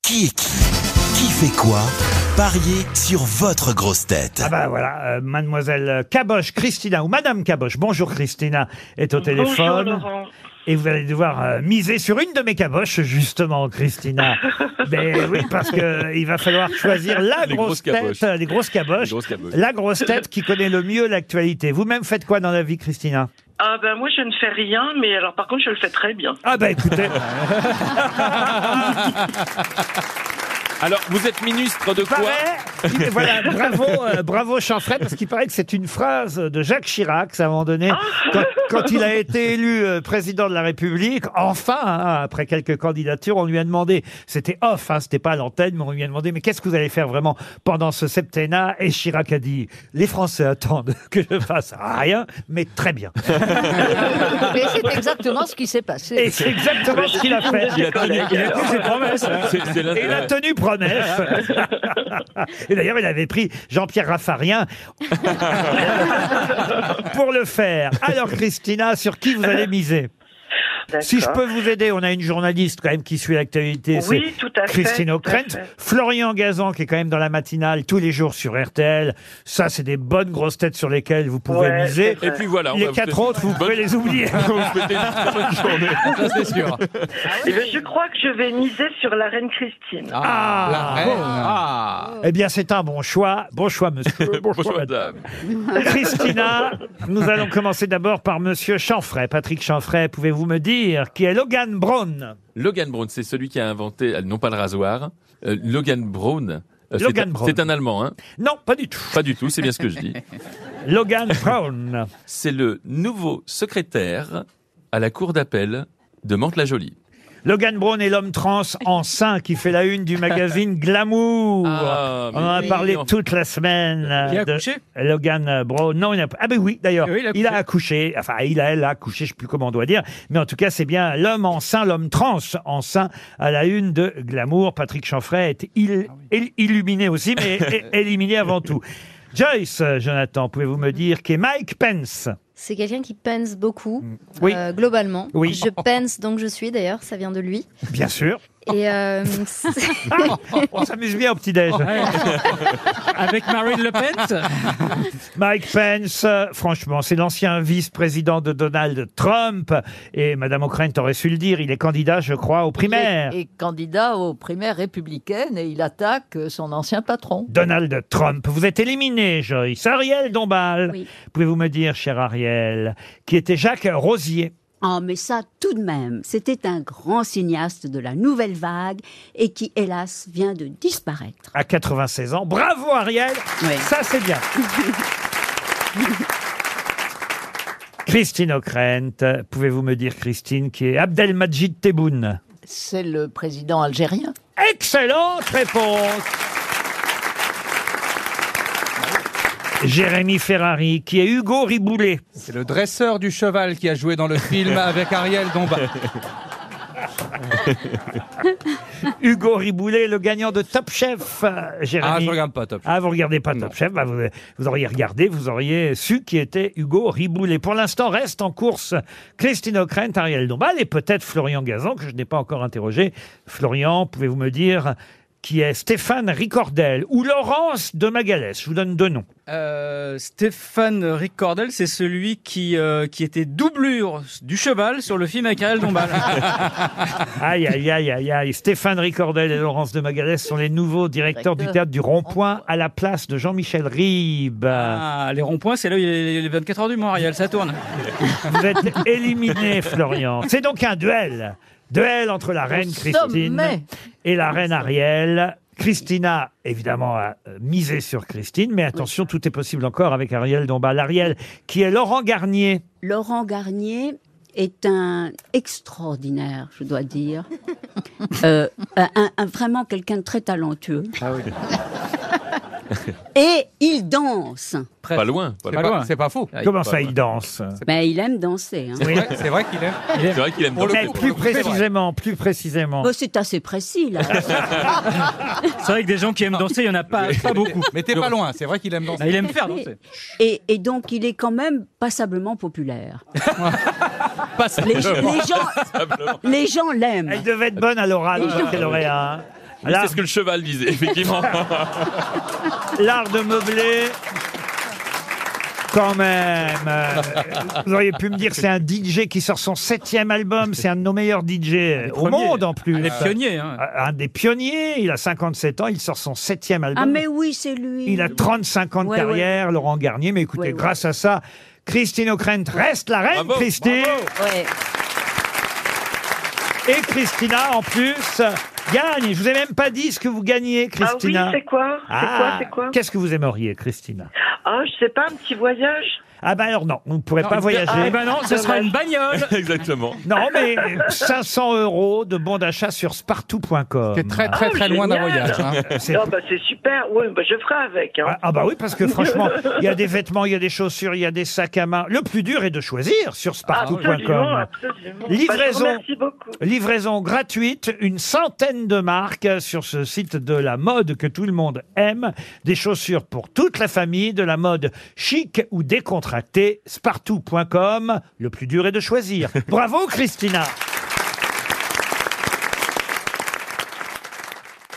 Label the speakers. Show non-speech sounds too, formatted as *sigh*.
Speaker 1: Qui est qui Qui fait quoi Pariez sur votre grosse tête.
Speaker 2: Ah bah voilà, euh, mademoiselle Caboche, Christina ou madame Caboche. Bonjour Christina est au
Speaker 3: Bonjour
Speaker 2: téléphone
Speaker 3: Laurent.
Speaker 2: et vous allez devoir euh, miser sur une de mes caboches justement
Speaker 3: *laughs*
Speaker 2: Christina. Mais oui parce que euh, il va falloir choisir la
Speaker 4: Les
Speaker 2: grosse
Speaker 4: grosses
Speaker 2: tête,
Speaker 4: caboches.
Speaker 2: euh, les grosses
Speaker 4: Une
Speaker 2: caboches,
Speaker 4: grosse caboche.
Speaker 2: la grosse tête qui connaît le mieux l'actualité. Vous-même faites quoi dans la vie Christina
Speaker 3: Ah ben moi je ne fais rien, mais alors par contre je le fais très bien.
Speaker 2: Ah bah écoutez,
Speaker 4: Alors, vous êtes ministre de quoi
Speaker 2: paraît, il- *laughs* voilà, bravo, euh, bravo Chanfray, parce qu'il paraît que c'est une phrase de Jacques Chirac, à un moment donné, quand, quand il a été élu euh, président de la République. Enfin, hein, après quelques candidatures, on lui a demandé, c'était off, hein, c'était pas à l'antenne, mais on lui a demandé, mais qu'est-ce que vous allez faire vraiment pendant ce septennat Et Chirac a dit, les Français attendent *laughs* que je fasse rien, mais très bien.
Speaker 5: Mais c'est exactement ce qui s'est passé.
Speaker 2: Et c'est exactement ce qu'il a fait.
Speaker 4: Il a tenu
Speaker 3: Collègue, alors.
Speaker 4: ses promesses. hein. C'est c'est la-
Speaker 2: Et il a tenu promesse. *laughs* Et d'ailleurs, il avait pris Jean-Pierre
Speaker 4: *laughs*
Speaker 2: Raffarien pour le faire. Alors, Christina, sur qui vous allez miser Si je peux vous aider, on a une journaliste quand même qui suit l'actualité.
Speaker 3: Oui,
Speaker 2: c'est
Speaker 3: tout à fait,
Speaker 2: Christine
Speaker 3: tout à
Speaker 2: O'Krent.
Speaker 3: fait.
Speaker 2: Florian Gazan, qui est quand même dans la matinale tous les jours sur RTL. Ça, c'est des bonnes grosses têtes sur lesquelles vous pouvez
Speaker 3: Ouais,
Speaker 2: miser.
Speaker 3: c'est
Speaker 4: Et puis voilà. on
Speaker 2: Les
Speaker 4: va vous
Speaker 2: quatre
Speaker 4: souhaiter
Speaker 2: autres, vous
Speaker 4: une
Speaker 2: pouvez
Speaker 4: bonne-
Speaker 2: les oublier.
Speaker 4: *laughs* on va vous souhaiter une très bonne journée.
Speaker 2: *laughs*
Speaker 3: Eh ben, je crois que je vais miser sur la reine Christine.
Speaker 2: Ah, *laughs*
Speaker 4: Ah,
Speaker 2: Eh bien, c'est un bon choix. Bon choix, monsieur.
Speaker 4: *laughs*
Speaker 2: Bon
Speaker 4: Bonsoir, madame.
Speaker 2: Christina, nous allons commencer d'abord par Monsieur Chanfray. Patrick Chanfray, pouvez-vous me dire qui est Logan Brown
Speaker 4: Logan Brown, c'est celui qui a inventé, euh, non pas le rasoir, euh, Logan Brown. euh, c'est
Speaker 2: Logan
Speaker 4: un-
Speaker 2: Brown.
Speaker 4: C'est un Allemand, hein
Speaker 2: Non, pas du tout.
Speaker 4: Pas du tout, c'est bien ce que je
Speaker 2: *laughs*
Speaker 4: dis.
Speaker 2: Logan Brown.
Speaker 4: C'est le nouveau secrétaire à la cour d'appel de Mantes-la-Jolie.
Speaker 2: Logan Brown est l'homme trans enceint qui fait la une du magazine Glamour.
Speaker 4: Ah,
Speaker 2: On en a
Speaker 4: mais
Speaker 2: parlé
Speaker 4: non.
Speaker 2: toute la semaine. euh,
Speaker 6: Il a
Speaker 2: de
Speaker 6: accouché
Speaker 2: Logan Brown. Non, il n'a pas. Ah ben oui, d'ailleurs.
Speaker 6: Oui,
Speaker 2: il,
Speaker 6: il
Speaker 2: a
Speaker 6: a
Speaker 2: accouché. Enfin, il a, elle a accouché, je sais plus comment on doit dire. Mais en tout cas, c'est bien l'homme enceint, l'homme trans enceint à la une de Glamour. Patrick Chanfray est il- il- illuminé aussi, mais é- éliminé avant tout. Joyce, euh, Jonathan, pouvez-vous me dire qui est Mike Pence
Speaker 7: C'est quelqu'un qui pense beaucoup,
Speaker 2: Oui.
Speaker 7: euh, globalement.
Speaker 2: Oui.
Speaker 7: Je pense donc je suis, d'ailleurs, ça vient de lui.
Speaker 2: Bien sûr. *laughs*
Speaker 7: Et euh, c'est-
Speaker 2: Ah, on s'amuse bien au
Speaker 8: Oh.
Speaker 2: *laughs* petit-déj.
Speaker 6: Avec Marine Le Pen
Speaker 2: Mike Pence, euh, franchement, c'est l'ancien vice-président de Donald Trump. Et Madame O'Krent aurait su le dire, il est candidat, je crois, aux primaires.
Speaker 5: Et, et candidat aux primaires républicaines et il attaque euh, son ancien patron.
Speaker 2: Donald Trump, vous êtes éliminé, Joyce. Ariel Dombal,
Speaker 7: Oui.
Speaker 2: pouvez-vous me dire, cher Ariel, qui était Jacques Rosier
Speaker 9: Ah, mais ça, tout de même, c'était un grand cinéaste de la nouvelle vague et qui, hélas, vient de disparaître.
Speaker 2: à 96 ans. Bravo Ariel,
Speaker 9: Oui.
Speaker 2: ça c'est bien. Christine O'Krent, pouvez-vous me dire, Christine, qui est Abdelmajid Tebboune
Speaker 5: C'est le président algérien.
Speaker 2: Excellente réponse Jérémy Ferrari, qui est Hugo Riboulet.
Speaker 6: C'est le dresseur du cheval qui a joué dans le film avec Ariel
Speaker 2: *laughs*
Speaker 6: Dombal.
Speaker 2: Hugo Riboulet, le gagnant de Top Chef, euh, Jérémy.
Speaker 6: Ah, je regarde pas, top.
Speaker 2: Ah, vous regardez pas Top Chef, bah, vous, vous auriez regardé, vous auriez su qui était Hugo Riboulet. Pour l'instant, reste en course Christine O'Krent, Ariel Dombal et peut-être Florian Gazan, que je n'ai pas encore interrogé. Florian, pouvez-vous me dire qui est Stéphane Ricordel ou Laurence de Magalès Je vous donne deux noms.
Speaker 8: Euh, Stéphane Ricordel, c'est celui qui, euh, qui était doublure du cheval sur le film avec Ariel Dombal.
Speaker 2: Ah. Aïe, aïe, aïe, aïe, aïe. Stéphane Ricordel et Laurence de Magalès sont les nouveaux directeurs du théâtre du Rond-Point à la place de Jean-Michel Ribes.
Speaker 8: Ah, les ronds-points, c'est là où il y a les 24 heures du mois, Ariel, ça tourne.
Speaker 2: Vous êtes éliminé, Florian. C'est donc un duel. Duel entre la reine Christine
Speaker 5: sommet.
Speaker 2: et la reine Ariel. Christina, évidemment, a euh, misé sur Christine, mais attention, tout est possible encore avec Ariel Dombal. Ariel, qui est Laurent Garnier.
Speaker 9: Laurent Garnier est un extraordinaire, je dois dire. Euh, un- un- vraiment quelqu'un de très talentueux. *laughs* Et il danse.
Speaker 4: Pas loin.
Speaker 6: C'est
Speaker 4: pas loin.
Speaker 8: Pas
Speaker 6: pas,
Speaker 8: loin.
Speaker 6: c'est pas faux.
Speaker 8: Ah,
Speaker 2: Comment
Speaker 4: pas
Speaker 2: ça,
Speaker 4: vrai.
Speaker 2: il danse
Speaker 9: Mais il aime danser. hein.
Speaker 6: C'est vrai, c'est vrai qu'il est.
Speaker 4: C'est vrai qu'il aime
Speaker 6: Pour le
Speaker 2: Mais
Speaker 4: beaucoup.
Speaker 6: coup,
Speaker 2: plus
Speaker 6: c'est vrai.
Speaker 2: précisément, plus précisément.
Speaker 9: Bon, Oh, c'est assez précis, là.
Speaker 8: C'est vrai que des gens qui aiment danser, il y en a pas, pas beaucoup.
Speaker 6: Mais t'es pas loin, c'est vrai qu'il aime
Speaker 8: Ah,
Speaker 6: danser.
Speaker 8: il aime faire danser.
Speaker 9: Et, et donc, il est quand même passablement populaire.
Speaker 4: Pas
Speaker 9: Les, les gens, les gens l'aiment.
Speaker 2: Elle devait être bonne à l'oral, parce qu'elle aurait un.
Speaker 4: Oui,
Speaker 2: hein. L'art
Speaker 4: c'est ce que le cheval
Speaker 2: *laughs*
Speaker 4: disait, effectivement.
Speaker 2: l'art de meubler. Quand même. euh, Vous auriez pu me dire, c'est un DJ qui sort son septième album. C'est un de nos meilleurs DJ au
Speaker 8: premiers.
Speaker 2: monde en plus.
Speaker 8: Les pionniers. hein.
Speaker 2: Un des pionniers. Il a 57 ans. Il sort son septième album.
Speaker 9: Ah, mais oui, c'est lui.
Speaker 2: Il a 35 ans de
Speaker 9: Ouais, ouais.
Speaker 2: carrière, Laurent Garnier. Mais écoutez,
Speaker 9: Ouais, ouais.
Speaker 2: grâce à ça, Christine O'Krent reste la reine,
Speaker 4: Bravo,
Speaker 2: Christine.
Speaker 5: Ouais.
Speaker 2: Et Christina, en plus, gagne. Je vous ai même pas dit ce que vous gagnez,
Speaker 3: Ah oui,
Speaker 2: Christina.
Speaker 3: c'est quoi C'est quoi
Speaker 2: Ah,
Speaker 3: C'est quoi
Speaker 2: Qu'est-ce que vous aimeriez, Christina
Speaker 3: Ah, je sais pas, un petit voyage.
Speaker 2: Ah ben alors non, vous ne pourrez
Speaker 8: Non,
Speaker 2: pas
Speaker 8: une-
Speaker 2: voyager.
Speaker 8: Ah, eh ben non, ce sera une bagnole.
Speaker 4: Exactement.
Speaker 2: Non, mais 500 euros de bon d'achat sur spartou.com.
Speaker 6: C'est très très
Speaker 3: Oh,
Speaker 6: très loin d'un
Speaker 3: génial.
Speaker 6: voyage. hein.
Speaker 2: C'est-
Speaker 3: Ah bah c'est super. Oui, bah je ferai avec. Hein.
Speaker 2: Ah ah bah oui, parce que franchement, il y a des vêtements, il y a des chaussures, il y a des sacs à main. Le plus dur est de choisir sur
Speaker 3: absolument,
Speaker 2: spartou.com.
Speaker 3: absolument. Ben,
Speaker 2: Livraison.
Speaker 3: Merci beaucoup.
Speaker 2: Livraison gratuite, une centaine de marques sur ce site de la mode que tout le monde aime. Des chaussures pour toute la famille, de la mode chic ou décontractée. Spartou.com, le plus dur est de choisir. Bravo Christina